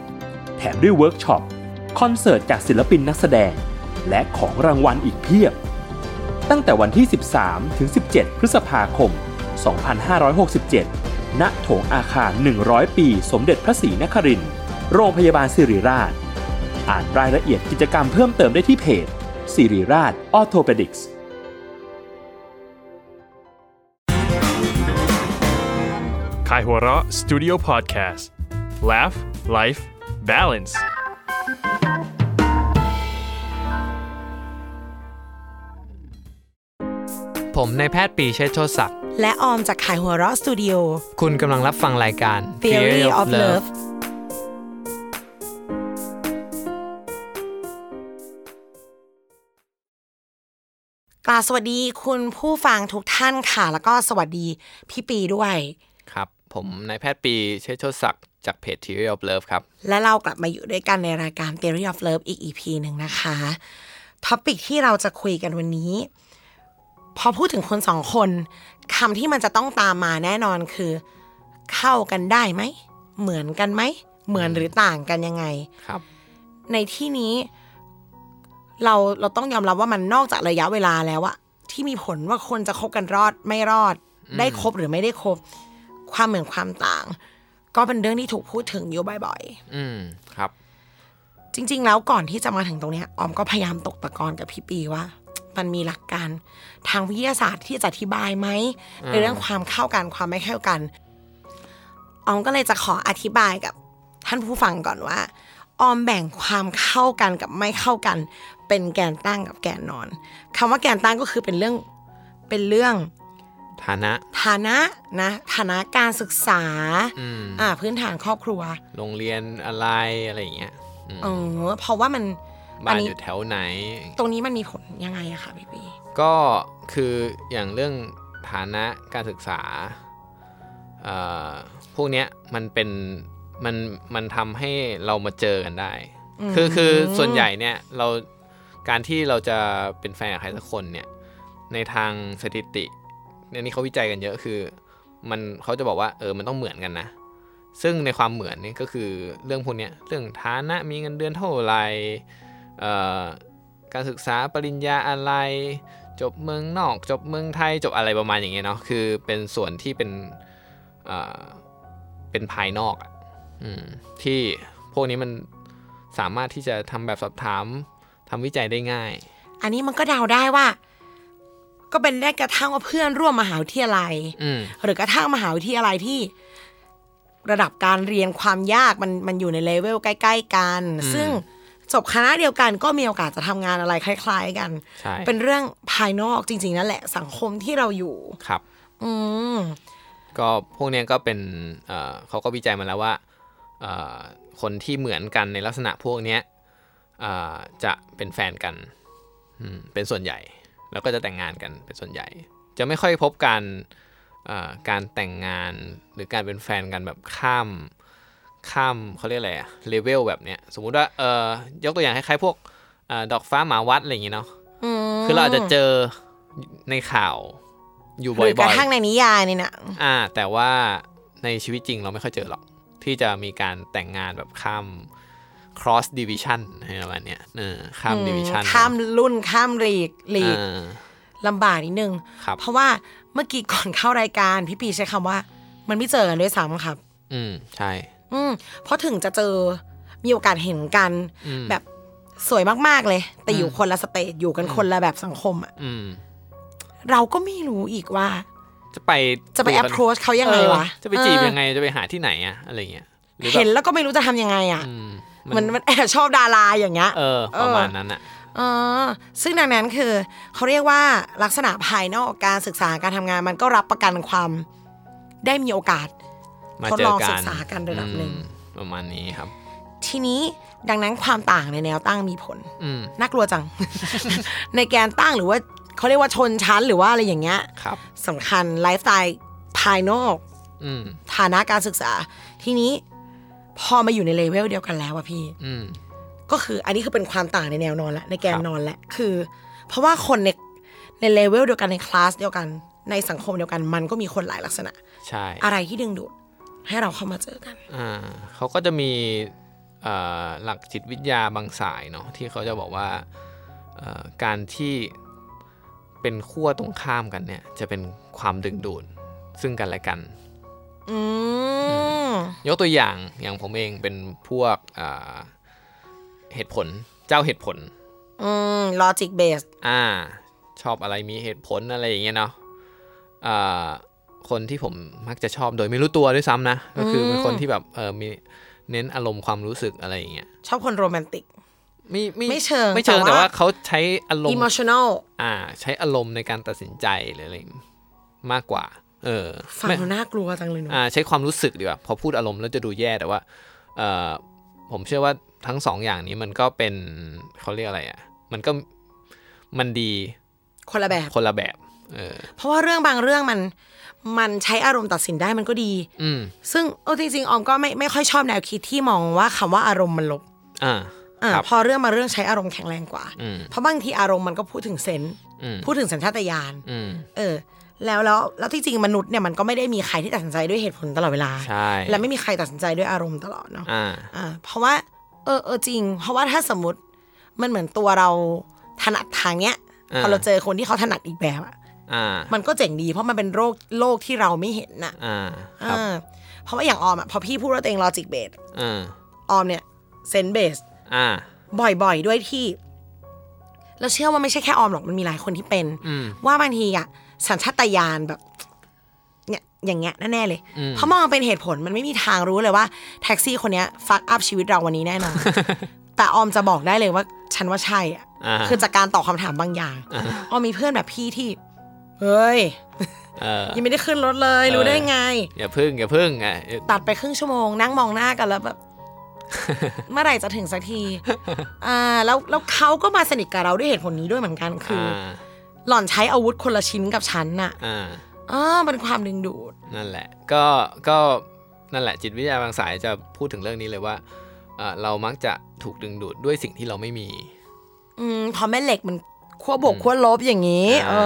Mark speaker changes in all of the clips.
Speaker 1: แถมด้วยเวิร์กช็อป คอนเสิร์ตจากศิลปินนักแสดง และของรางวัลอีกเพียบ ตั้งแต่วันที่ 13 ถึง 17 พฤษภาคม 2567 ณ โถงอาคาร 100 ปี สมเด็จพระศรีนครินทร์ โรงพยาบาลสิริราช อ่านรายละเอียดกิจกรรมเพิ่มเติมได้ที่เพจสิริราชออโทเปดิกส์
Speaker 2: Kaihura Studio Podcast. Laugh, life, balance.
Speaker 3: ผมนายแพทย์ปรีเชษฐ์โชติศักดิ์
Speaker 4: และออมจากขายหัวเราะสตูดิโอ
Speaker 3: คุณกำลังรับฟังรายการ
Speaker 4: Theory of Love กล่าวสวัสดีคุณผู้ฟังทุกท่านค่ะ แล้วก็สวัสดีพี่ปีด้วย
Speaker 3: ครับ ผมนายแพทย์ปรีเชษฐ์โชติศักดิ์จากเพจ Theory of Love ครับ
Speaker 4: และเรากลับมาอยู่ด้วยกันในรายการ Theory of Love อีก EP หนึ่งนะคะท็อปิกที่เราจะคุยกันวันนี้ พอพูดถึงคนสองคนคำที่มันจะต้องตามมาแน่นอนคือ เข้ากันได้ไหม เหมือนกันไหม เหมือนหรือต่างกันยังไง
Speaker 3: ครับ
Speaker 4: ในที่นี้เราเราต้องยอมรับว่ามันนอกจากระยะเวลาแล้วอะที่มีผลว่าคนจะคบกันรอดไม่รอด ได้คบหรือไม่ได้คบ ความเหมือนความต่าง ก็เป็นเรื่องที่ถูกพูดถึงอยู่บ่อย
Speaker 3: อืม ครับ
Speaker 4: ๆ จริง ๆ แล้วก่อนที่จะมาถึงตรงเนี้ยออมก็พยายามตกตะกอนกับพี่ปีว่า มันมีหลักการทางวิทยาศาสตร์ที่จะอธิบายไหมในเรื่องความเข้ากันความไม่เข้ากัน ออมก็เลยจะขออธิบายกับท่านผู้ฟังก่อนว่า ออมแบ่งความเข้ากันกับไม่เข้ากัน เป็นแกนตั้งกับแกนนอนคำว่าแกนตั้งก็คือเป็นเรื่องเป็นเรื่อง
Speaker 3: ฐานะ
Speaker 4: ฐานะนะฐานะการศึกษา
Speaker 3: อืม
Speaker 4: อ่าพื้นฐานครอบครัว
Speaker 3: โรงเรียนอะไรอะไรอย่างเงี้ยอืม
Speaker 4: เออเพราะว่ามันอั
Speaker 3: บ้าน
Speaker 4: นี้
Speaker 3: อยู่แถวไหน
Speaker 4: ตรงนี้มันมีผลยังไงอะคะพี่ปี
Speaker 3: ก็คืออย่างเรื่องฐานะการศึกษาเอ่อพวกเนี้ยมันเป็นมันมันทำให้เรามาเจอกันได้ คือคือส่วนใหญ่เนี่ยเราการที่เราจะเป็นแฟนกับใครสักคนเนี่ยในทางสถิติเนี่ยนี่เขาวิจัยกันเยอะคือ มันเขาจะบอกว่าเออมันต้องเหมือนกันนะ ซึ่งในความเหมือนนี่ก็คือเรื่องพวกเนี้ยเรื่องฐานะมีเงินเดือนเท่าไหร่เอ่อ การศึกษาปริญญาอะไร จบเมืองนอก จบเมืองไทยจบอะไรประมาณอย่างเงี้ยเนาะคือเป็นส่วนที่เป็นเอ่อเป็นภายนอกอะอืมที่พวกนี้มันสามารถที่จะทำแบบสอบถามทำวิจัยได้ง่าย
Speaker 4: อันนี้มันก็เดาได้ว่า ก็เป็นได้กระทั่งว่าเพื่อนร่วมมหาวิทยาลัย
Speaker 3: อืม
Speaker 4: หรือกระทั่งมหาวิทยาลัยที่ระดับการเรียนความยากมันมันอยู่ในเลเวลใกล้ ๆ กัน ซึ่งจบคณะเดียวกันก็มีโอกาสจะทำงานอะไรคล้าย ๆ กัน
Speaker 3: ใช่
Speaker 4: เป็นเรื่องภายนอกจริง ๆ นั่นแหละสังคมที่เราอยู่
Speaker 3: ครับ
Speaker 4: อืม
Speaker 3: ก็พวกเนี้ยก็เป็นเอ่อเขาก็วิจัยมาแล้วว่าเอ่อคนที่เหมือนกันในลักษณะพวกเนี้ยเอ่อจะเป็นแฟนกันอืมเป็นส่วนใหญ่ แล้วก็จะแต่งงานกันเป็นส่วนใหญ่ จะไม่ค่อยพบการเอ่อการแต่งงานหรือการเป็นแฟนกันแบบข้ามข้ามเขาเรียกอะไรอะเลเวลแบบเนี้ยสมมุติว่าเอ่อยกตัวอย่างคล้ายๆพวกเออดอกฟ้าหมาวัดอะไรอย่างงี้เนาะคือเราอาจจะเจอในข่าวอยู่บ่
Speaker 4: ห
Speaker 3: อยๆ
Speaker 4: รือกระทั่งในนิยายนี่นะ
Speaker 3: อ่าแต่ว่าในชีวิตจริงเราไม่ค่อยเจอหรอก ที่จะมีการแต่งงานแบบข้าม cross division อะไรประมาณเนี้ยเออข้าม division
Speaker 4: ข้ามรุ่นข้ามหลีกหลีก
Speaker 3: อ่า
Speaker 4: ลำบากนิดนึง
Speaker 3: ครับ
Speaker 4: เพราะว่าเมื่อกี้ก่อนเข้ารายการพี่ปีใช้คำว่า มันไม่เจอกันด้วยซ้ำครับ
Speaker 3: อืม ใช่
Speaker 4: อืมเพราะถึงจะเจอมีโอกาสเห็นกัน แบบสวยมาก ๆ เลย แต่อยู่คนละสเตจอยู่กันคนละแบบสังคมอะ
Speaker 3: อืม
Speaker 4: เราก็ไม่รู้อีกว่า
Speaker 3: จะไป
Speaker 4: จะไป
Speaker 3: ดูกัน
Speaker 4: approach เขายังไงวะ
Speaker 3: เออจะไปจีบ
Speaker 4: เออ
Speaker 3: ยังไง จะไปหาที่ไหนอะอะไรเงี้ยหรือแบ
Speaker 4: เห็น
Speaker 3: บ
Speaker 4: แล้วก็ไม่รู้จะทำยังไงอ่ะ
Speaker 3: อืม
Speaker 4: เหมันมันแอบชอบดาราอย่างเงี้ย
Speaker 3: เออ ประมาณนั้นอะ
Speaker 4: เออซึ่งดังนั้นคือ เขาเรียกว่าลักษณะภายนอกการศึกษาการทำงาน มันก็รับประกันความได้มีโอกาส
Speaker 3: มา
Speaker 4: ทด
Speaker 3: เจ
Speaker 4: ล
Speaker 3: อ
Speaker 4: อง
Speaker 3: กั
Speaker 4: ศึ
Speaker 3: น
Speaker 4: กษากันระดับหนึ่ง
Speaker 3: อืมประมาณนี้ครับ
Speaker 4: ท ทีนี้ดังนั้นความต่างในแนวตั้งมีผล
Speaker 3: อืม
Speaker 4: น่ากลัวจัง ในแกนตั้งหรือว่าเขาเรียกว่าชนชั้นหรือว่าอะไรอย่างเงี้ย
Speaker 3: ครับ
Speaker 4: สำคัญไลฟ์สไตล์ภายนอก
Speaker 3: อืม
Speaker 4: ฐานะการศึกษา ทีนี้พอมาอยู่ในเลเวลเดียวกันแล้วอะพี่
Speaker 3: อืม
Speaker 4: ก็คืออันนี้คือเป็นความต่างในแนวนอนและในแก
Speaker 3: ค
Speaker 4: น
Speaker 3: รับ
Speaker 4: นอนและคือ เพราะว่าคนในในเลเวลเดียวกันในคลาสเดียวกัน ในสังคมเดียวกันมันก็มีคนหลายลักษณะ
Speaker 3: ใช่
Speaker 4: อะไรที่ดึงดูดให้เราเข้ามาเจอกัน
Speaker 3: อ่าเขาก็จะมีเอ่อหลักจิตวิทยาบางสายเนาะที่เขาจะบอกว่าเอ่อการที่เป็นขั้วตรงข้ามกันเนี่ย จะเป็นความดึงดูดซึ่งกันและกัน
Speaker 4: อืม
Speaker 3: ยกตัวอย่างอย่างผมเองเป็นพวกเอ่อเหตุผลเจ้าเหตุผล
Speaker 4: อืมลอจิกเบส
Speaker 3: อ่า ชอบอะไรมีเหตุผลอะไรอย่างเงี้ยเนาะอ่าคนที่ผมมักจะชอบโดยไม่รู้ตัวด้วยซ้ำนะ ก็คือเป็นคนที่แบบเออมีเน้นอารมณ์ความรู้สึกอะไรอย่างเงี้ย
Speaker 4: ชอบคนโรแมนติก
Speaker 3: ไม่ไม่
Speaker 4: ไม่เชิง
Speaker 3: ไม่เชิง
Speaker 4: แต่
Speaker 3: แต่
Speaker 4: ว่า
Speaker 3: ว่าเขาใช้อารม
Speaker 4: อิ
Speaker 3: ณ์
Speaker 4: มชั่นอล
Speaker 3: อ่า ใช้อารมณ์ในการตัดสินใจหรืออะไรมากกว่า เออ
Speaker 4: ฟัง
Speaker 3: ไม่
Speaker 4: ดูน่ากลัวจังเลยเนอะ
Speaker 3: อ่าใช้ความรู้สึกดีกว่าพอพูดอารมณ์แล้วจะดูแย่แต่ว่าเอ่อผมเชื่อว่าทั้งสองอย่างนี้มันก็เป็นเขาเรียกอะไรอ่ะ มันก็มันดี
Speaker 4: คนละแบบ
Speaker 3: คนละแบบเออ
Speaker 4: เพราะว่าเรื่องบางเรื่องมันมันใช้อารมณ์ตัดสินได้มันก็ดี
Speaker 3: อืม
Speaker 4: ซึ่งเออจริงๆออมก็ไม่ไม่ค่อยชอบแนวคิดที่มองว่าคำว่าอารมณ์มันลบ
Speaker 3: อ่า
Speaker 4: อ่า
Speaker 3: ครับ
Speaker 4: พอเรื่องมางเรื่องใช้อารมณ์แข็งแรงกว่า
Speaker 3: อืม
Speaker 4: เพราะบางทีอารมณ์มันก็พูดถึงเซนส์
Speaker 3: อืม
Speaker 4: พูดถึงสัญชาตญาณ
Speaker 3: อืม
Speaker 4: เออ แล้วแล้วแล้วที่จริงมนุษย์เนี่ยมันก็ไม่ได้มีใครที่ตัดสินใจด้วยเหตุผลตลอดเวลา
Speaker 3: ใช่
Speaker 4: และไม่มีใครตัดสินใจด้วยอารมณ์ตลอดเนาะ
Speaker 3: อ่า
Speaker 4: อ่าเพราะว่าเออเออจริง เพราะว่าถ้าสมมติมันเหมือนตัวเราถนัดทางเนี้ยพอเราเจอคนที่เขาถนัดอีกแบบอะ
Speaker 3: อ่า
Speaker 4: มันก็เจ๋งดี เพราะมันเป็นโรคโลกที่เราไม่เห็นน่ะ
Speaker 3: อ่าครับ
Speaker 4: เออเพราะว่าอย่างออมอะพอพี่พูดว่าตัวเองลอจิกเบส
Speaker 3: อ่า
Speaker 4: ออมเนี่ยเซนเบส
Speaker 3: อ่า
Speaker 4: บ่อยๆ ด้วยที่ เราเชื่อว่าไม่ใช่แค่ออมหรอกมันมีหลายคนที่เป็น ว่าบางทีอะสัญชาตญาณแบบ เนี่ยอย่างเงี้ยแน่ๆเลย เพราะมองเป็นเหตุผลมันไม่มีทางรู้เลยว่า แท็กซี่คนเนี้ยฟักอัพชีวิตเราวันนี้แน่นอน แต่ออมจะบอกได้เลยว่า ฉันว่าใช่อะ
Speaker 3: อ่า
Speaker 4: คือจากการตอบคำถามบางอย่างออมมีเพื่อนแบบพี่ที่ เฮ้ย
Speaker 3: เออ
Speaker 4: ยังไม่ได้ขึ้นรถเลย รู้
Speaker 3: เออ
Speaker 4: ได้ไง
Speaker 3: อย่าพึ่งอย่าพึ่งอ่ะ
Speaker 4: ตัดไปครึ่งชั่วโมง นั่งมองหน้ากัน แล้วแบบ เมื่อไหร่จะถึงสักที อ่า แล้วแล้วเขาก็มาสนิทกับเราด้วยเหตุผลนี้ด้วยเหมือนกันคือ
Speaker 3: อ่า
Speaker 4: อหล่อนใช้อาวุธคนละชิ้นกับฉันน่ะ
Speaker 3: อ่า
Speaker 4: อ่ามันความดึงดูด
Speaker 3: นั่นแหละ ก็ก็นั่นแหละจิตวิทยาบางสายจะพูดถึงเรื่องนี้เลยว่าเอ่อเรามักจะถูกดึงดูดด้วยสิ่งที่เราไม่มี
Speaker 4: อืมพอแม่เหล็กมันขั้วบวกขั้วลบอย่างนี้ เอ
Speaker 3: อ่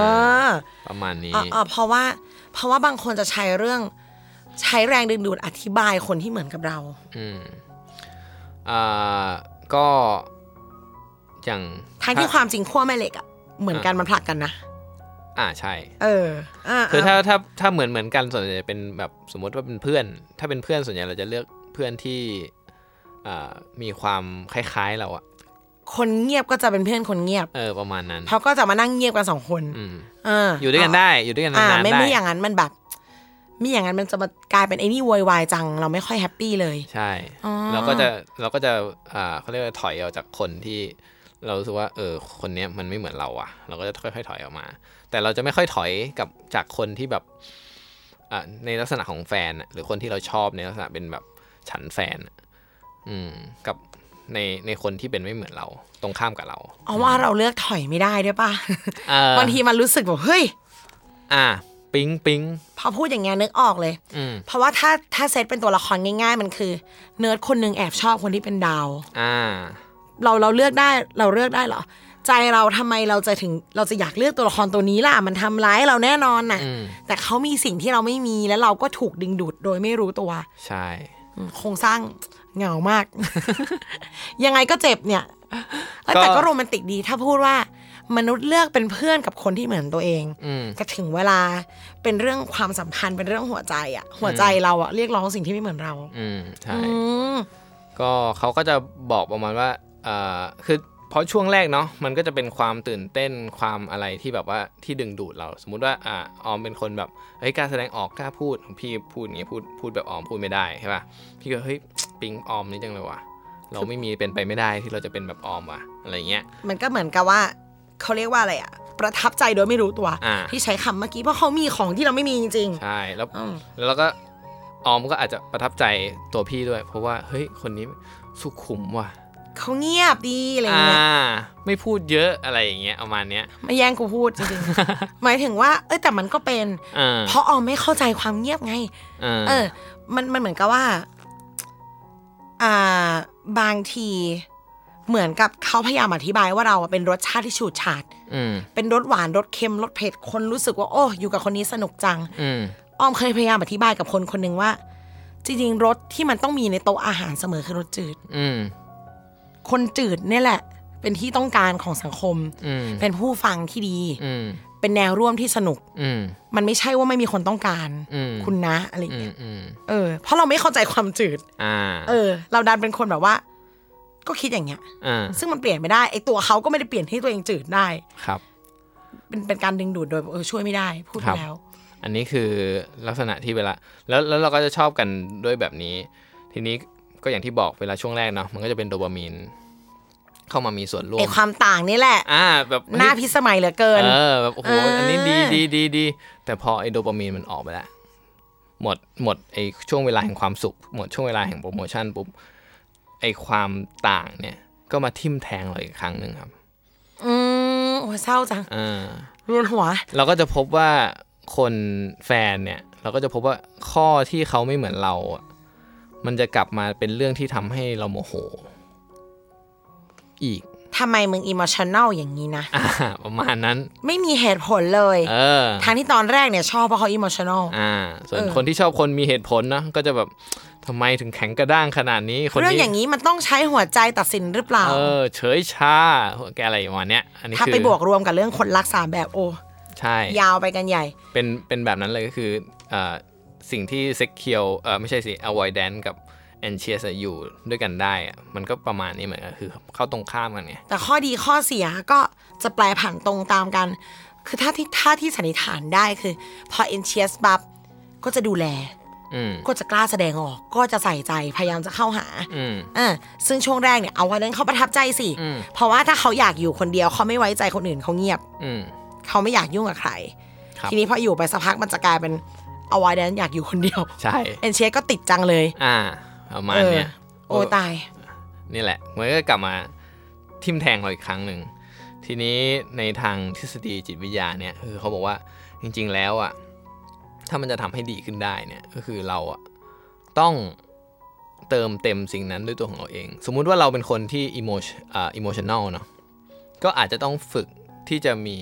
Speaker 3: า
Speaker 4: อ
Speaker 3: ประมาณนี้
Speaker 4: อ่ะอ่ะเพราะว่า เพราะว่าบางคนจะใช้เรื่อง ใช้แรงดึงดูดอธิบายคนที่เหมือนกับเรา
Speaker 3: อืมอ่าก็อย่าง
Speaker 4: ทั้งที่ความจริงขั้วแม่เหล็กอะเหมือนกันมันผลักกันนะ
Speaker 3: อ่าใช่
Speaker 4: เอออ่ะ
Speaker 3: คือถ้าถ้าถ้าเหมือนเหมือนกันส่วนใหญ่จะเป็นแบบสมมติว่าเป็นเพื่อน ถ้าเป็นเพื่อนส่วนใหญ่เราจะเลือกเพื่อนที่อ่ามีความคล้ายๆเราอะ
Speaker 4: คนเงียบก็จะเป็นเพื่อนคนเงียบ
Speaker 3: เออประมาณนั้น
Speaker 4: เขาก็จะมานั่งเงียบกันสองคน
Speaker 3: อืม
Speaker 4: เออ
Speaker 3: อ
Speaker 4: อยู่
Speaker 3: ด้วยกันได้อยู่ด้วยกัน
Speaker 4: อ่าน
Speaker 3: านๆ
Speaker 4: ไม่
Speaker 3: ได้
Speaker 4: ไม่อย่างนั้นมันแบบไม่อย่างนั้นมันจะมากลายเป็นไอ้นี่โวยวายจัง เราไม่ค่อยแฮปปี้เลย
Speaker 3: ใช่
Speaker 4: อ๋อ
Speaker 3: เราก็จะเราก็จะอ่าเขาเรียกว่าถอยออกจากคนที่เรารู้สึกว่าเออคนเนี้ยมันไม่เหมือนเราอะเราก็จะค่อยๆถอยออกมา แต่เราจะไม่ค่อยถอยกับจากคนที่แบบอ่าในลักษณะของแฟนอะหรือคนที่เราชอบในลักษณะเป็นแบบฉันแฟนอะอืมกับในในคนที่เป็นไม่เหมือนเรา ตรงข้ามกับเรา
Speaker 4: เอาว่าเราเลือกถอยไม่ได้ด้วยป่ะ
Speaker 3: เอ่อบ
Speaker 4: างทีมันรู้สึกแบบเฮ้ย
Speaker 3: อ่า ปิ๊งปิ๊ง
Speaker 4: พอพูดอย่างเงี้ยนึกออกเลย
Speaker 3: อืม
Speaker 4: เพราะว่าถ้าถ้าเซตเป็นตัวละครง่าย ๆ มันคือ เนิร์ดคนหนึ่งแอบชอบคนที่เป็นดาว
Speaker 3: อ่า
Speaker 4: เราเราเลือกได้เราเลือกได้เหรอ ใจเราทำไมเราจะถึงเราจะอยากเลือกตัวละครตัวนี้ล่ะ มันทำร้ายเราแน่นอนน่ะ
Speaker 3: อืม
Speaker 4: แต่เขามีสิ่งที่เราไม่มีแล้วเราก็ถูกดึงดูดโดยไม่รู้ตัว
Speaker 3: ใช่
Speaker 4: อืมโครงสร้างเหงามาก ยังไงก็เจ็บเนี่ยเอ้ยแต่ก็โรแมนติกดีถ้าพูดว่า มนุษย์เลือกเป็นเพื่อนกับคนที่เหมือนตัวเอง
Speaker 3: อืม
Speaker 4: แต่ถึงเวลาเป็นเรื่องความสัมพันธ์เป็นเรื่องหัวใจอะหัวใจเราอะเรียกร้องสิ่งที่ไม่เหมือนเรา
Speaker 3: อืมใช่
Speaker 4: อืม
Speaker 3: ก็เขาก็จะบอกประมาณว่าเอ่อคือเพราะช่วงแรกเนาะ มันก็จะเป็นความตื่นเต้น ความอะไรที่แบบว่าที่ดึงดูดเรา สมมุติว่าอ่าออมเป็นคนแบบ เฮ้ยกล้าแสดงออกกล้าพูด พี่พูดอย่างเงี้ยพูด พูดแบบออมพูดไม่ได้ใช่ป่ะ พี่ก็เฮ้ย ปิ๊งออมนี่จังเลยว่ะ เราไม่มีเป็นไปไม่ได้ที่เราจะเป็นแบบออมว่ะ อะไรเงี้ย
Speaker 4: มันก็เหมือนกับว่าเขาเรียกว่าอะไรอะประทับใจโดยไม่รู้ตัว
Speaker 3: อ่า
Speaker 4: ที่ใช้คำเมื่อกี้เพราะเขามีของที่เราไม่มีจริง
Speaker 3: ใช่ แล้ว
Speaker 4: ๆอืม
Speaker 3: แล้วเราก็ ออมก็อาจจะประทับใจตัวพี่ด้วย เพราะว่าเฮ้ยคนนี้สุขุมว่ะ
Speaker 4: เขาเงียบดีอะไร
Speaker 3: อ่า
Speaker 4: เงี้ย
Speaker 3: ไม่พูดเยอะอะไรอย่างเงี้ยประมาณเนี้ย
Speaker 4: ไม่แย่งกูพูดจริง ๆ หมายถึงว่า เอ้ยแต่มันก็เป็น
Speaker 3: อ่า
Speaker 4: เพราะออมไม่เข้าใจความเงียบไง
Speaker 3: อ่า
Speaker 4: เออ มันมันเหมือนกับว่า อ่า บางทีเหมือนกับเขาพยายามอธิบายว่าเราอะเป็นรสชาติที่ฉูดฉาด
Speaker 3: อืม
Speaker 4: เป็นรสหวานรสเค็มรสเผ็ดคนรู้สึกว่า โอ้อยู่กับคนนี้สนุกจัง
Speaker 3: อืม
Speaker 4: อ้อมเคยพยายามอธิบายกับคนคนหนึ่งว่า จริงๆรสที่มันต้องมีในโต๊ะอาหารเสมอคือรสจืด
Speaker 3: อืม
Speaker 4: คนจืดเนี่ยแหละ เป็นที่ต้องการของสังคม
Speaker 3: อืม
Speaker 4: เป็นผู้ฟังที่ดี
Speaker 3: อืม
Speaker 4: เป็นแนวร่วมที่สนุก
Speaker 3: อืม
Speaker 4: มันไม่ใช่ว่าไม่มีคนต้องการ
Speaker 3: อืม
Speaker 4: คุณนะอะไรอย่าง
Speaker 3: อื
Speaker 4: เงี้
Speaker 3: ม
Speaker 4: ย
Speaker 3: อืม
Speaker 4: เออเพราะเราไม่เข้าใจความจืด
Speaker 3: อ่า
Speaker 4: เออ เราดันเป็นคนแบบว่า ก็คิดอย่างเงี้ย
Speaker 3: อ่า
Speaker 4: ซึ่งมันเปลี่ยนไม่ได้ไอตัวเขาก็ไม่ได้เปลี่ยนให้ตัวเองจืดได้
Speaker 3: ครับ
Speaker 4: เป็นเป็นการดึงดูดโดยเออช่วยไม่ได้พูด
Speaker 3: ครับ
Speaker 4: ไปแล้ว
Speaker 3: อันนี้คือลักษณะที่เวลาแล้วแล้วเราก็จะชอบกันด้วยแบบนี้ ทีนี้ก็อย่างที่บอกเวลาช่วงแรกเนาะมันก็จะเป็นโดปามีน เข้ามามีส่วนร่ว
Speaker 4: ไอ
Speaker 3: ม
Speaker 4: ความต่างนี่แหละ
Speaker 3: อ่าแบบ
Speaker 4: หน้าพิสมัยเหลือเกิน
Speaker 3: เออแบบโอ้โห
Speaker 4: เอออั
Speaker 3: อันนี้ดีดีดีดีแต่พอไอโดปามีนมันออกไปแล้วหมดหมดไอช่วงเวลาแห่งความสุข หมดช่วงเวลาแห่งโปรโมชั่นปุ๊บไอความต่างเนี่ยก็มาทิ่มแทงเราอีกครั้งหนึ่งครับ
Speaker 4: อืมโอ้ยเศร้าจัง
Speaker 3: อ่า
Speaker 4: รุนหัว
Speaker 3: เราก็จะพบว่าคนแฟนเนี่ย เราก็จะพบว่าข้อที่เขาไม่เหมือนเราอะมันจะกลับมาเป็นเรื่องที่ทำให้เราโมโห อีก
Speaker 4: ทำไมมึงอิม t ชันแนลอย่างนี้นะ
Speaker 3: อ่า ประมาณนั้น
Speaker 4: ไม่มีเหตุผลเลย
Speaker 3: เออ
Speaker 4: ทางที่ตอนแรกเนี่ยชอบเพราะเขาอิม t ชันแนล
Speaker 3: อ่า ส่วน
Speaker 4: เออ
Speaker 3: คนที่ชอบคนมีเหตุผลนะก็จะแบบทำไมถึงแข็งกระด้างขนาดนี้คน
Speaker 4: เรื่อง
Speaker 3: นี้
Speaker 4: อย่างนี้มันต้องใช้หัวใจตัดสินหรือเปล่า
Speaker 3: เออ เฉยชาแกอะไรประมาณเนี้ยอันนี้
Speaker 4: ถ้า
Speaker 3: คือ
Speaker 4: ไปบวกรวมกับเรื่องคนรักสามแบบโอ้
Speaker 3: ใช่
Speaker 4: ยาวไปกันใหญ่
Speaker 3: เป็นเป็นแบบนั้นเลยก็คือเอ่อสิ่งที่เซ็กเคียวเอ่อไม่ใช่สิ avoidance กับ anxious อะอยู่ด้วยกันได้อะมันก็ประมาณนี้เหมือนกันคือเข้าตรงข้ามกันไง
Speaker 4: แต่ข้อดีข้อเสียก็จะแปลผันตรงตามกัน คือถ้าที่ถ้าที่สันนิษฐานได้คือ พอเอนเชียสบับก็จะดูแล
Speaker 3: อืม
Speaker 4: ก็จะกล้าแสดงออก ก็จะใส่ใจพยายามจะเข้าหา
Speaker 3: อืม
Speaker 4: อ่ะซึ่งช่วงแรกเนี่ยเอาวันนั้นเขาประทับใจสิ เพราะว่าถ้าเขาอยากอยู่คนเดียวเขาไม่ไว้ใจคนอื่นเขาเงียบ
Speaker 3: อืม
Speaker 4: เขาไม่อยากยุ่งกับใคร
Speaker 3: ครับ
Speaker 4: ทีนี้พออยู่ไปสักพักมันจะกลายเป็นเอาไว้แดนอยากอยู่คนเดียว
Speaker 3: ใช่
Speaker 4: เอนเชียก็ติดจังเลย
Speaker 3: อ่า ประมาณเนี้ย
Speaker 4: เออโอ้ตาย
Speaker 3: นี่แหละมันก็กลับมาทิมแทงเราอีกครั้งหนึ่ง ทีนี้ในทางทฤษฎีจิตวิทยาเนี่ยคือเขาบอกว่าจริงๆแล้วอ่ะถ้ามันจะทำให้ดีขึ้นได้เนี่ยก็คือเราอ่ะต้องเติมเต็มสิ่งนั้นด้วยตัวของเราเอง สมมุติว่าเราเป็นคนที่อิโมชอ่าอิโมชันแนลเนาะก็อาจจะต้องฝึกที่จะมี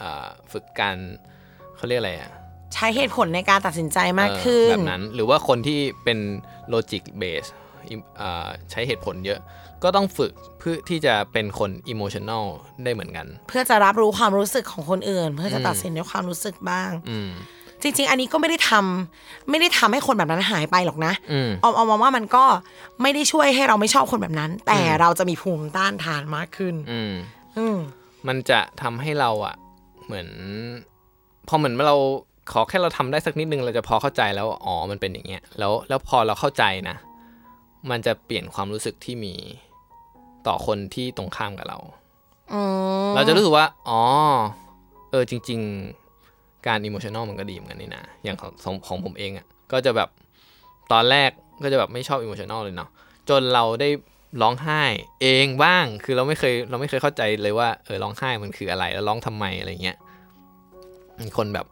Speaker 3: อ่าฝึกการเขาเรียกอะไรอ่ะ
Speaker 4: ใช้เหตุผลในการตัดสินใจมาก
Speaker 3: เออ
Speaker 4: ขึ้น
Speaker 3: แบบนั้นหรือว่าคนที่เป็นโลจิกเบสใช้เหตุผลเยอะ ก็ต้องฝึกเพื่อที่จะเป็นคนอิโมชัน a ลได้เหมือนกัน
Speaker 4: เพื่อจะรับรู้ความรู้สึกของคนอื่น เพื่อจะตัดสินด้วยความรู้สึกบ้าง
Speaker 3: อืม
Speaker 4: จริง ๆ อันนี้ก็ไม่ได้ทำไม่ได้ทำให้คนแบบนั้นหายไปหรอกนะ
Speaker 3: อืม
Speaker 4: ออมออมมองว่ามันก็ไม่ได้ช่วยให้เราไม่ชอบคนแบบนั้น แต่เราจะมีภูมิต้านทานมากขึ้น
Speaker 3: อืม
Speaker 4: อืม
Speaker 3: มันจะทำให้เราอะเหมือน พอเหมือนเราขอแค่เราทำได้สักนิดนึงเราจะพอเข้าใจแล้วว่าอ๋อมันเป็นอย่างเงี้ยแล้วแล้วพอเราเข้าใจนะ มันจะเปลี่ยนความรู้สึกที่มีต่อคนที่ตรงข้ามกับเรา
Speaker 4: อืม
Speaker 3: เราจะรู้สึกว่า อ๋อ เออ จริง ๆ การอิโมชัน a ลมันก็ดีเหมือนกันนี่นะ อย่างของของของผมเองอะ่ะ ก็จะแบบ ตอนแรกก็จะแบบไม่ชอบอิโมชัน a ลเลยเนาะ จนเราได้ร้องไห้เองบ้าง คือเราไม่เคยเราไม่เคยเข้าใจเลยว่า เออ ร้องไห้มันคืออะไร แล้วร้องทำไมอะไรเงี้ย มีคนแบบ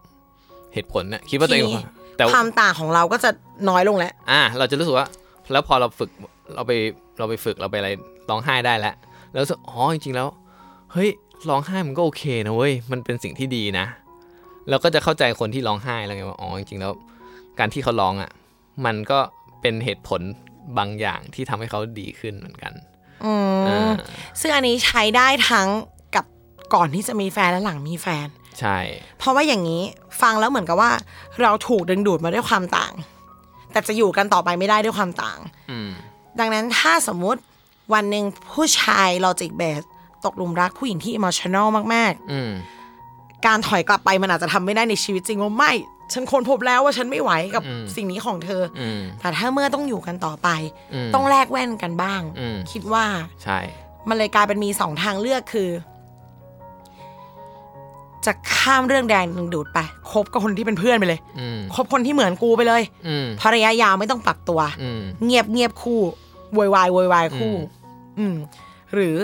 Speaker 3: เหตุผลเนี่ยคิดว่าตัวเองเป็นคนแต่
Speaker 4: ความต่างของเราก็จะน้อยลงแล้ว
Speaker 3: อ่ะเราจะรู้สึกว่า แล้วพอเราฝึก เราไป เราไปฝึก เราไปอะไร ร้องไห้ได้แล้ว แล้วรู้สึกอ๋อ จริงๆ แล้ว เฮ้ย ร้องไห้มันก็โอเคนะเว้ย มันเป็นสิ่งที่ดีนะ แล้วก็จะเข้าใจคนที่ร้องไห้แล้วไงว่า อ๋อ จริงๆ แล้ว การที่เขาร้องอะ่ะ มันก็เป็นเหตุผลบางอย่างที่ทำให้เขาดีขึ้นเหมือนกันอ่า
Speaker 4: ซึ่งอันนี้ใช้ได้ทั้งกับก่อนที่จะมีแฟนและหลังมีแฟน
Speaker 3: ใช่
Speaker 4: เพราะว่าอย่างนี้ฟังแล้วเหมือนกับว่า เราถูกดึงดูดมาด้วยความต่าง แต่จะอยู่กันต่อไปไม่ได้ด้วยความต่าง
Speaker 3: อืม
Speaker 4: ดังนั้นถ้าสมมุติวันหนึ่งผู้ชายลอจิกเบสตกหลุมรักผู้หญิงที่อิม t ชัน a ลมาก
Speaker 3: อืม
Speaker 4: ๆ การถอยกลับไปมันอาจจะทำไม่ได้ในชีวิตจริงว่าไม่ ฉันค้นพบแล้วว่าฉันไม่ไหวกับสิ่งนี้ของเธออ
Speaker 3: อืม
Speaker 4: แต่ถ้าเมื่อต้องอยู่กันต่อไป
Speaker 3: อืม
Speaker 4: ต้องแลกแว่นกันบ้าง
Speaker 3: อืม
Speaker 4: คิดว่า
Speaker 3: ใช่
Speaker 4: มันเลยกลายเป็นมีสองทางเลือกคือ จ จะข้ามเรื่องแดงดึงดูดไปคบกับคนที่เป็นเพื่อนไปเลย
Speaker 3: อืม
Speaker 4: คบคนที่เหมือนกูไปเลย
Speaker 3: อืม
Speaker 4: เพราะระยะยาวไม่ต้องปรับตัว
Speaker 3: อืม
Speaker 4: เงียบเงียบคู่วอยวายวอยวายคู่ อืม หรือ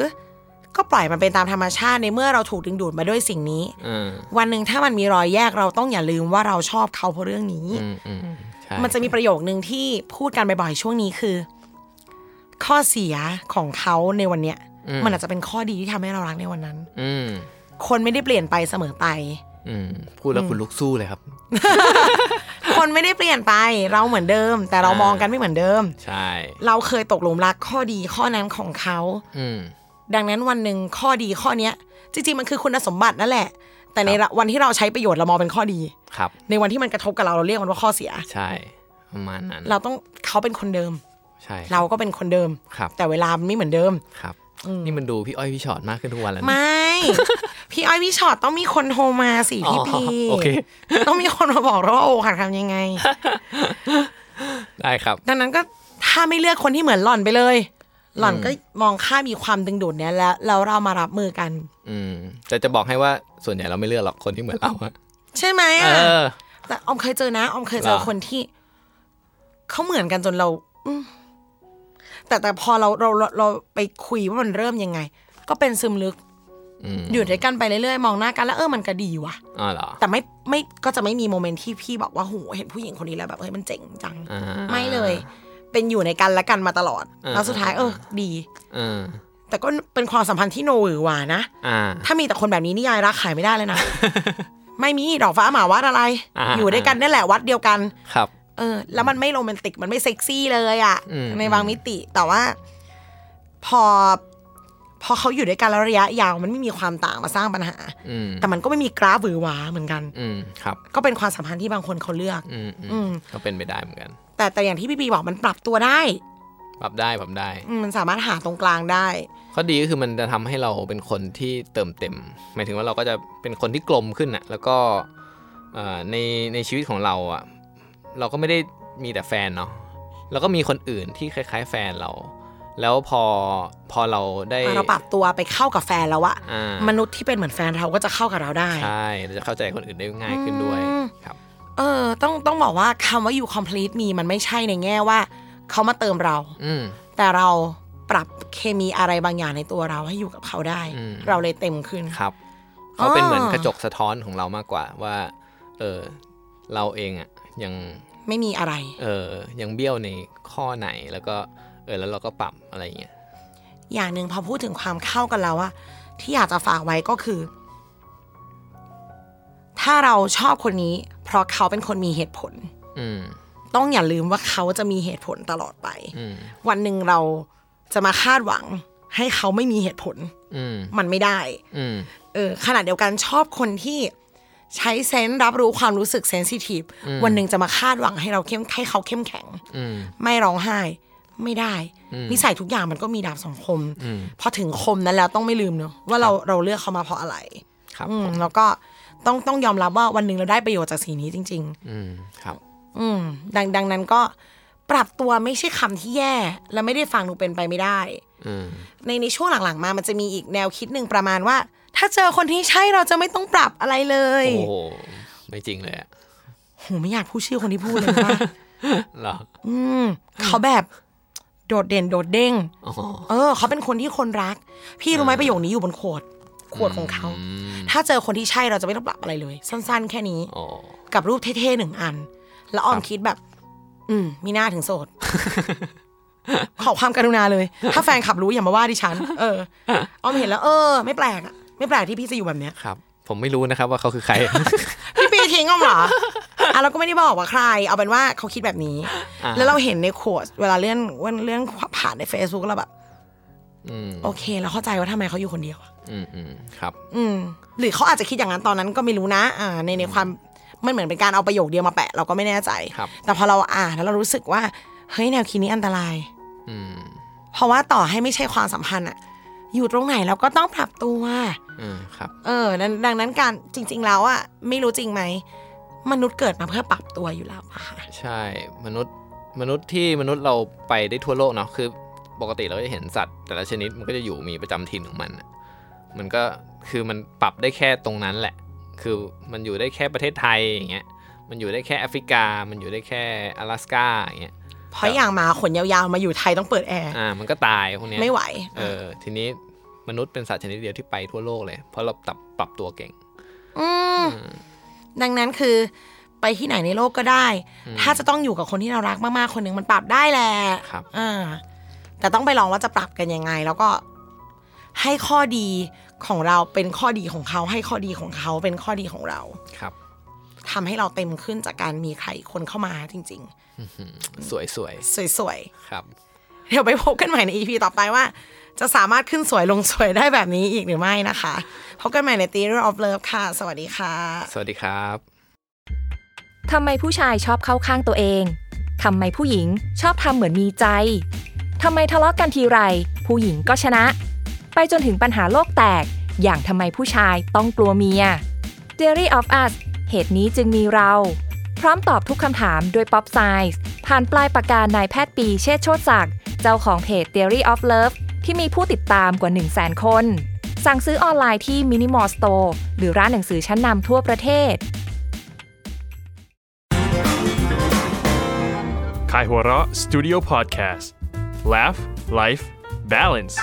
Speaker 4: ก็ปล่อยมันเป็นตามธรรมชาติในเมื่อเราถูกดึงดูดมาด้วยสิ่งนี้
Speaker 3: อืม
Speaker 4: วันหนึ่งถ้ามันมีรอยแยกเราต้องอย่าลืมว่าเราชอบเขาเพราะเรื่องนี้
Speaker 3: อืมอืมใช่
Speaker 4: มันจะมีประโยคนึงที่พูดกันบ่อยๆช่วงนี้คือ ข้อเสียของเขาในวันเนี้ย มันอาจจะเป็นข้อดีที่ทำให้เรารักในวันนั้น
Speaker 3: อืม
Speaker 4: คนไม่ได้เปลี่ยนไปเสมอไป
Speaker 3: อืมพูดแล้วคุณลุกสู้เลยครับ
Speaker 4: คนไม่ได้เปลี่ยนไปเราเหมือนเดิม แต่เรามองกันไม่เหมือนเดิม
Speaker 3: ใช่
Speaker 4: เราเคยตกหลุมรักข้อดีข้อนั้นของเขา
Speaker 3: อืม
Speaker 4: ดังนั้นวันหนึ่งข้อดีข้อเนี้ย จริงๆมันคือคุณสมบัตินั่นแหละ แต่ในระวันที่เราใช้ประโยชน์เรามองเป็นข้อดี
Speaker 3: ครับ
Speaker 4: ในวันที่มันกระทบกับเราเราเรียกมันว่าข้อเสีย
Speaker 3: ใช่ ประมาณนั้น
Speaker 4: เราต้องเขาเป็นคนเดิม
Speaker 3: ใช่
Speaker 4: เราก็เป็นคนเดิม
Speaker 3: ครับ
Speaker 4: แต่เวลามันไม่เหมือนเดิม
Speaker 3: ครับ นี่มันดูพี่อ้อยพี่ชอตมากขึ้นทุกวันแล้วนะ
Speaker 4: ไม่ พี่อ้อยพี่ชอตต้องมีคนโทรมาสิพี่
Speaker 3: อ๋อ
Speaker 4: ปี
Speaker 3: โอเค
Speaker 4: ต้องมีคนมาบอกเราว่าโอค่ะทำยังไง
Speaker 3: ได้ครับ
Speaker 4: ดังนั้นก็ถ้าไม่เลือกคนที่เหมือนหล่อนไปเลย หล่อนก็มองข้ามมีความดึงดูดเนี้ยแล้วแล้วเรามารับมือกัน
Speaker 3: อืม แต่จะบอกให้ว่าส่วนใหญ่เราไม่เลือกหรอกคนที่เหมือนเราอะ
Speaker 4: ใช่ไหม
Speaker 3: เอ
Speaker 4: อ่ะ
Speaker 3: อ
Speaker 4: แต่ออมเคยเจอนะออมเคยเจอ
Speaker 3: เหรอ
Speaker 4: คนที่เขาเหมือนกันจนเรา อืมแต่แต่พอเราเราเราเราไปคุยว่ามันเริ่มยังไง ก็เป็นซึมลึก
Speaker 3: อืม
Speaker 4: อยู่ด้วยกันไปเรื่อยๆมองหน้ากันแล้วเออมันก็ดีว่ะ
Speaker 3: อ๋อเหรอ
Speaker 4: แต่ไม่ไม่ก็จะไม่มีโมเมนต์ที่พี่บอกว่าโหเห็นผู้หญิงคนนี้แล้วแบบเฮ้ยมันเจ๋งจัง
Speaker 3: อ่า
Speaker 4: ไม่เลย เป็นอยู่ในกันและกันมาตลอด
Speaker 3: อ่า
Speaker 4: แล้วสุดท้ายเออ ดี
Speaker 3: อ่า
Speaker 4: แต่ก็เป็นความสัมพันธ์ที่โนหวือหวา นะ
Speaker 3: อ่า
Speaker 4: ถ้ามีแต่คนแบบนี้นิยายรักขายไม่ได้เลย นะ ไม่มีดอกฟ้าหมาวัดอะไร
Speaker 3: อ่า
Speaker 4: อยู่ด้วยกันนี่แหละวัดเดียวกัน
Speaker 3: ครับ
Speaker 4: เออแล้วมันไม่โรแมนติกมันไม่เซ็กซี่เลยอะ่ะ
Speaker 3: อืม
Speaker 4: ในบางมิติแต่ว่า พอ พอเขาอยู่ด้วยกันแล้วระยะยาวมันไม่มีความต่างมาสร้างปัญหา
Speaker 3: อืม
Speaker 4: แต่มันก็ไม่มีกราฟหวือหวาเหมือนกัน
Speaker 3: อืมครับ
Speaker 4: ก็เป็นความสัมพันธ์ที่บางคนเขาเลือก
Speaker 3: อืมอืม
Speaker 4: อืม
Speaker 3: ก็เป็นไปได้เหมือนกัน
Speaker 4: แต่แต่อย่างที่พี่ปีบอกมันปรับตัวได้
Speaker 3: ปรับได้ปรับได้
Speaker 4: อืมมันสามารถหาตรงกลางได้
Speaker 3: ข้อดีก็คือมันจะทำให้เราเป็นคนที่เติมเต็ม หมายถึงว่าเราก็จะเป็นคนที่กลมขึ้นน่ะแล้วก็เอ่อในในชีวิตของเราอ่ะเราก็ไม่ได้มีแต่แฟนเนาะแล้วก็มีคนอื่นที่คล้าย ๆ แฟนเรา แล้วพอพอเราได้
Speaker 4: เราปรับตัวไปเข้ากับแฟนแล้วอะ
Speaker 3: อ่าม
Speaker 4: นุษย์ที่เป็นเหมือนแฟนเราก็จะเข้ากับเราได้
Speaker 3: ใช่เราจะเข้าใจคนอื่นได้ง่ายขึ้นด้วย
Speaker 4: อืม
Speaker 3: ครับ
Speaker 4: เออ ต้องต้องบอกว่าคำว่า you complete me มันไม่ใช่ในแง่ว่าเขามาเติมเรา
Speaker 3: อืม
Speaker 4: แต่เราปรับเคมีอะไรบางอย่างในตัวเราให้อยู่กับเขาได้
Speaker 3: อืม
Speaker 4: เราเลยเต็มขึ้น
Speaker 3: ครับ
Speaker 4: อ๋อ
Speaker 3: เขาเป็นเหมือนกระจกสะท้อนของเรามากกว่าว่าเออเราเองอ่ะยัง
Speaker 4: ไม่มีอะไร
Speaker 3: เออยังเบี้ยวในข้อไหนแล้วก็เออแล้วเราก็ปรับอะไรอย่างเงี้ย
Speaker 4: อย่างหนึ่งพอพูดถึงความเข้ากันแล้วอะที่อยากจะฝากไว้ก็คือ ถ้าเราชอบคนนี้ เพราะเขาเป็นคนมีเหตุผล
Speaker 3: อืม
Speaker 4: ต้องอย่าลืมว่าเขาจะมีเหตุผลตลอดไป
Speaker 3: อืม
Speaker 4: วันหนึ่งเราจะมาคาดหวัง ให้เขาไม่มีเหตุผล
Speaker 3: อืม
Speaker 4: มันไม่ได้
Speaker 3: อืม
Speaker 4: เออขนาดเดียวกันชอบคนที่ใช้เซนส์รับรู้ความรู้สึกเซนซิทีฟวันหนึ่งจะมาคาดหวังให้เราเข้มให้เขาเข้มแข็ง
Speaker 3: อืม
Speaker 4: ไม่ร้องไห้ ไม่ได้ นิสัยทุกอย่างมันก็มีดาบสองคม พอถึงคมนั้นแล้วต้องไม่ลืมเนอะว่าเราเราเลือกเขามาเพราะอะไร
Speaker 3: ครับ
Speaker 4: อื
Speaker 3: ผม ม
Speaker 4: แล้วก็ต้องต้องยอมรับว่าวันหนึ่งเราได้ประโยชน์จากสีนี้จริง
Speaker 3: อืม ครับ
Speaker 4: ๆ อืมดังดังนั้นก็ปรับตัวไม่ใช่คำที่แย่ และไม่ได้ฟังดูเป็นไปไม่ได้
Speaker 3: อืม
Speaker 4: ในในช่วงหลังๆ มามันจะมีอีกแนวคิดหนึ่งประมาณว่า ถ้าเจอคนที่ใช่เราจะไม่ต้องปรับอะไรเลย
Speaker 3: โอ้โห ไม่จริงเลยอะ
Speaker 4: โหไม่อยากพูดชื่อคนที่พูดเลยว่า
Speaker 3: เหรอ
Speaker 4: อืมเขาแบบโดดเด่นโดดเด้ง
Speaker 3: อ๋อ
Speaker 4: เออ เขาเป็นคนที่คนรัก พี่รู้ไหมประโยคนี้อยู่บนขวด ขวดของเขา
Speaker 3: อืม
Speaker 4: ถ้าเจอคนที่ใช่เราจะไม่ต้องปรับอะไรเลย สั้นๆ แค่นี้
Speaker 3: อ๋อ
Speaker 4: กับรูปเท่ๆหนึ่งอัน แล้วออมคิดแบบ อืม มีหน้าถึงโส ด ขอความกรุณาเลย ถ้าแฟนขับรู้อย่ามาว่าดิฉัน เออออมเห็นแล้ว เออ ไม่แปลกอะไม่แปลกที่พี่จะอยู่แบบเนี้ย
Speaker 3: ครับ ผมไม่รู้นะครับว่าเขาคือใคร
Speaker 4: พี่ปีทิ้งออมเหรออ่ะเราก็ไม่ได้บอกว่าใคร เอาเป็นว่าเขาคิดแบบนี้
Speaker 3: อ่า
Speaker 4: แล้วเราเห็นในโค้ดเวลาเลื่อนเลื่อนเลื่อนผ่านใน Facebook เราแบบ
Speaker 3: อืม
Speaker 4: โอเคเราเข้าใจว่าทำไมเขาอยู่คนเดียวอะ
Speaker 3: อืม อืม ครับ
Speaker 4: อืมหรือเขาอาจจะคิดอย่างนั้นตอนนั้นก็ไม่รู้นะ อ่า ในในความมันเหมือนเป็นการเอาประโยคเดียวมาแปะ เราก็ไม่แน่ใจ
Speaker 3: ครับ
Speaker 4: แต่พอเราอ่านแล้วเรารู้สึกว่า เฮ้ยแนวคิดนี้อันตราย
Speaker 3: อืม
Speaker 4: เพราะว่าต่อให้ไม่ใช่ความสัมพันธ์อะอยู่ตรงไหนเราก็ต้องปรับตัว
Speaker 3: อืม ครับ
Speaker 4: เออดังดังนั้นการจริง ๆ แล้วอะไม่รู้จริงไหมมนุษย์เกิดมาเพื่อปรับตัวอยู่แล้วอะค่ะ
Speaker 3: ใช่ มนุษย์ มนุษย์ที่มนุษย์เราไปได้ทั่วโลกเนาะ คือปกติเราจะเห็นสัตว์ แต่ละชนิดมันก็จะอยู่มีประจำถิ่นของมันอะมันก็ คือมันปรับได้แค่ตรงนั้นแหละ คือมันอยู่ได้แค่ประเทศไทยอย่างเงี้ยมันอยู่ได้แค่แอฟริกา มันอยู่ได้แค่อลาสกาอย่างเงี้ย
Speaker 4: เพราะอย่างหมาขนยาวๆมาอยู่ไทยต้องเปิดแอร์
Speaker 3: อ่ามันก็ตายพวกเนี้ย
Speaker 4: ไม่ไหว
Speaker 3: เออทีนี้มนุษย์เป็นสัตว์ชนิดเดียวที่ไปทั่วโลกเลย เพราะเราปรับปรับตัวเก่ง
Speaker 4: ดังนั้นคือไปที่ไหนในโลกก็ได้ ถ้าจะต้องอยู่กับคนที่เรารักมากๆ คนหนึ่งมันปรับได้แหละ
Speaker 3: ครับ
Speaker 4: อ่าแต่ต้องไปลองว่าจะปรับกันยังไง แล้วก็ให้ข้อดีของเราเป็นข้อดีของเขา ให้ข้อดีของเขาเป็นข้อดีของเรา
Speaker 3: ครับ
Speaker 4: ทำให้เราเต็มขึ้นจากการมีใครคนเข้ามาจริง
Speaker 3: สวยสวย
Speaker 4: ๆ สวย
Speaker 3: ๆครับ
Speaker 4: ๆ เดี๋ยวไปพบกันใหม่ใน EP ต่อไปว่า จะสามารถขึ้นสวยลงสวยได้แบบนี้อีกหรือไม่นะคะพบกันใหม่ใน Theory of Love ค่ะ สวัสดีค่ะ
Speaker 3: สวัสดีครับ
Speaker 5: ทำไมผู้ชายชอบเข้าข้างตัวเอง ทำไมผู้หญิงชอบทำเหมือนมีใจ ทำไมทะเลาะกันทีไร ผู้หญิงก็ชนะ ไปจนถึงปัญหาโลกแตก อย่างทำไมผู้ชายต้องกลัวเมีย Theory of Us เหตุนี้จึงมีเรา พร้อมตอบทุกคำถามด้วย Pop Science ผ่านปลายปากกานายแพทย์ปีเชษฐ์โชติศักดิ์เจ้าของเพจ Theory of Love ที่มีผู้ติดตามกว่า 1 0 0 0 0 0 คน สั่งซื้อออนไลน์ที่ Minimal Store หรือร้านหนังสือชั้นนำทั่วประเทศ
Speaker 2: Kaihura Studio Podcast Laugh Life Balance